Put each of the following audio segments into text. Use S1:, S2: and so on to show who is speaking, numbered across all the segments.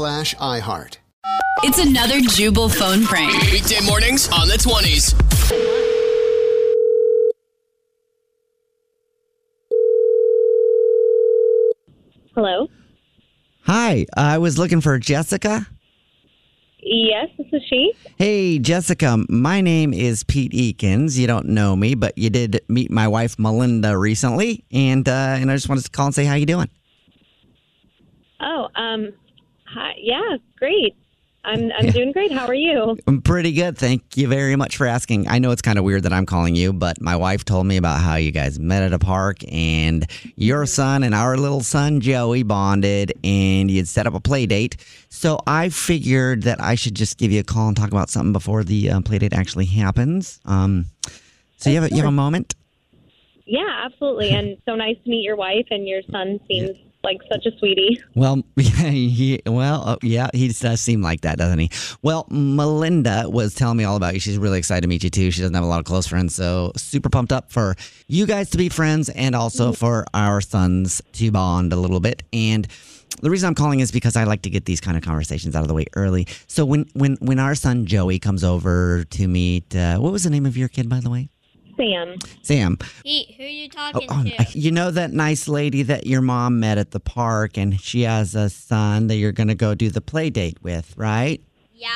S1: iHeart.
S2: It's another Jubal phone prank.
S3: Weekday mornings on the 20s.
S4: Hello.
S5: Hi, I was looking for Jessica.
S4: Yes, this is she.
S5: Hey, Jessica, my name is Pete Eakins. You don't know me, but you did meet my wife Melinda recently, and uh, and I just wanted to call and say how you doing.
S4: Oh, um, hi. Yeah, great. I'm I'm doing great. How are you?
S5: I'm pretty good, thank you very much for asking. I know it's kind of weird that I'm calling you, but my wife told me about how you guys met at a park, and your son and our little son Joey bonded, and you'd set up a play date. So I figured that I should just give you a call and talk about something before the uh, play date actually happens. Um, so you have a, you have a moment.
S4: Yeah, absolutely. And so nice to meet your wife and your son seems like such a sweetie.
S5: Well, yeah, he, well, uh, yeah, he does seem like that, doesn't he? Well, Melinda was telling me all about you. She's really excited to meet you too. She doesn't have a lot of close friends, so super pumped up for you guys to be friends and also for our sons to bond a little bit. And the reason I'm calling is because I like to get these kind of conversations out of the way early. So when when when our son Joey comes over to meet, uh, what was the name of your kid, by the way?
S4: Sam.
S5: Sam.
S6: Pete, who you talking
S5: Oh,
S6: to?
S5: I- you know that nice lady that your mom met at the park, and she has a son that you're going to go do the play date with, right?
S6: yeah?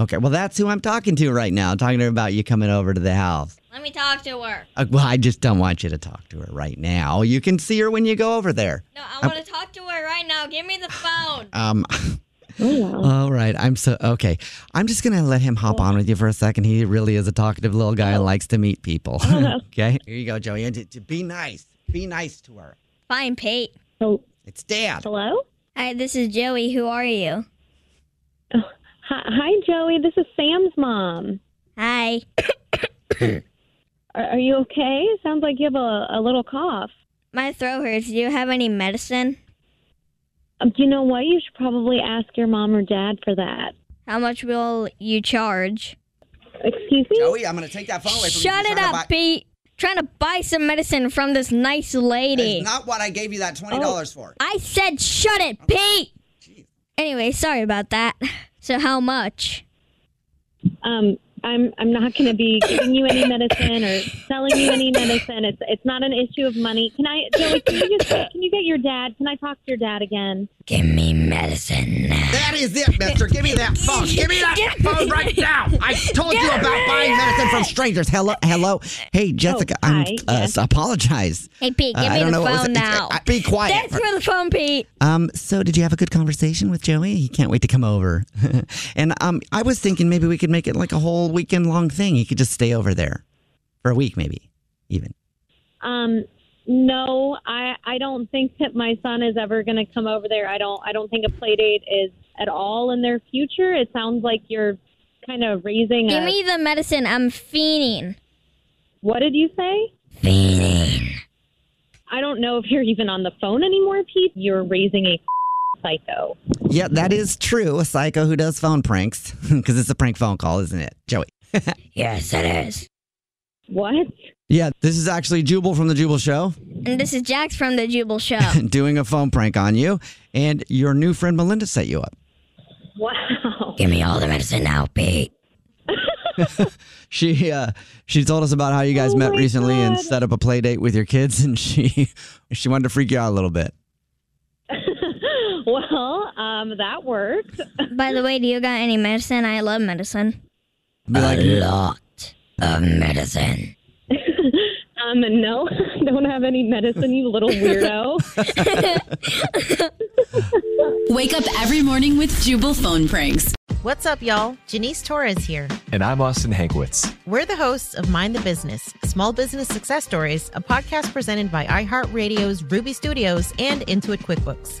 S5: Okay, well, that's who I'm talking to right now. I'm talking to her about you coming over to the house.
S6: Let me talk to her.
S5: Uh, well, I just don't want you to talk to her right now. You can see her when you go over there.
S6: No, I want to talk to her right now. Give me the phone.
S5: Um, all right, I'm so okay. I'm just gonna let him hop on with you for a second. He really is a talkative little guy and likes to meet people. okay, here you go, Joey. And d- d- Be nice. Be nice to her.
S6: Fine, Pete.
S4: Hel-
S5: It's Dad.
S4: Hello.
S6: Hi, this is Joey. Who are you?
S4: Oh, Hi, hi, Joey. This is Sam's mom.
S6: Hi.
S4: Are, are you okay? It sounds like you have a, a little cough.
S6: My throat hurts. Do you have any medicine?
S4: Um, do you know what? You should probably ask your mom or dad for that.
S6: How much will you charge?
S4: Excuse me.
S5: Joey, I'm gonna take that phone away from you.
S6: Shut
S5: You're
S6: it
S5: trying
S6: up,
S5: to buy-
S6: Pete. Trying to buy some medicine from this nice lady.
S5: That's not what I gave you that
S6: Oh.
S5: twenty dollars for.
S6: I said shut it, Pete. Anyway, sorry about that. So how much?
S4: Um, I'm I'm not going to be giving you any medicine or selling you any medicine. It's it's not an issue of money. Can I, Joey? Can you just can you get your dad? Can I talk to your dad again?
S6: Give me medicine now.
S5: That is it, mister. Give me that phone. Give me that phone right now. I told you about buying medicine from strangers. Hello, hello. Hey, Jessica, I'm
S4: hi,
S5: uh,
S4: yes.
S5: apologize.
S6: Hey, Pete,
S5: Uh,
S6: oh. give
S5: I
S6: me
S5: don't
S6: the
S5: know what was-
S6: phone
S5: it's-
S6: now.
S5: uh, be quiet.
S6: That's for the phone, Pete.
S5: Um, so did you have a good conversation with Joey? He can't wait to come over. and um, I was thinking maybe we could make it like a whole weekend long thing. He could just stay over there for a week, maybe even.
S4: Um, no, I I don't think that my son is ever going to come over there. I don't I don't think a play date is at all in their future. It sounds like you're kind of raising
S6: Give
S4: a.
S6: me the medicine. I'm fiending.
S4: what did you say?
S6: Fiending.
S7: I don't know if you're even on the phone anymore, Pete. You're raising a psycho.
S5: Yeah, that is true. A psycho who does phone pranks because it's a prank phone call, isn't it, Joey?
S8: yes, it is.
S7: What?
S5: Yeah, this is actually Jubal from the Jubal Show
S8: And this is Jax from the Jubal Show.
S5: doing a phone prank on you, and your new friend Melinda set you up.
S7: Wow.
S8: Give me all the medicine now, Pete.
S5: She uh, she told us about how you
S7: Oh
S5: guys met recently and set up a play date with your kids, and she she wanted to freak you out a little bit.
S7: Well, um, that worked.
S8: By the way, do you got any medicine? I love medicine.
S5: Be like,
S8: lot of medicine.
S7: Um, no, I don't have any medicine, you little weirdo.
S6: Wake up every morning with Jubal phone pranks.
S9: What's up, y'all? Janice Torres here.
S10: And I'm Austin Hankwitz.
S9: We're the hosts of Mind the Business Small Business Success Stories, a podcast presented by iHeartRadio's Ruby Studios and Intuit QuickBooks.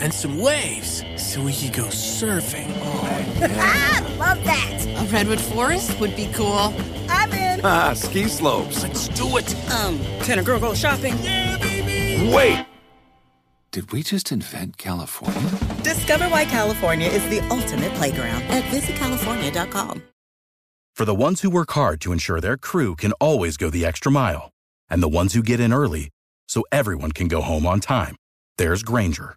S11: And some waves, so we could go surfing.
S12: Love that.
S6: A redwood forest would be cool.
S12: I'm in.
S13: Ah, ski slopes.
S11: Let's do it!
S12: Um, can a girl go shopping?
S13: Wait! Did we just invent California?
S12: Discover why California is the ultimate playground at visitcalifornia.com.
S14: For the ones who work hard to ensure their crew can always go the extra mile, and the ones who get in early so everyone can go home on time, there's Granger,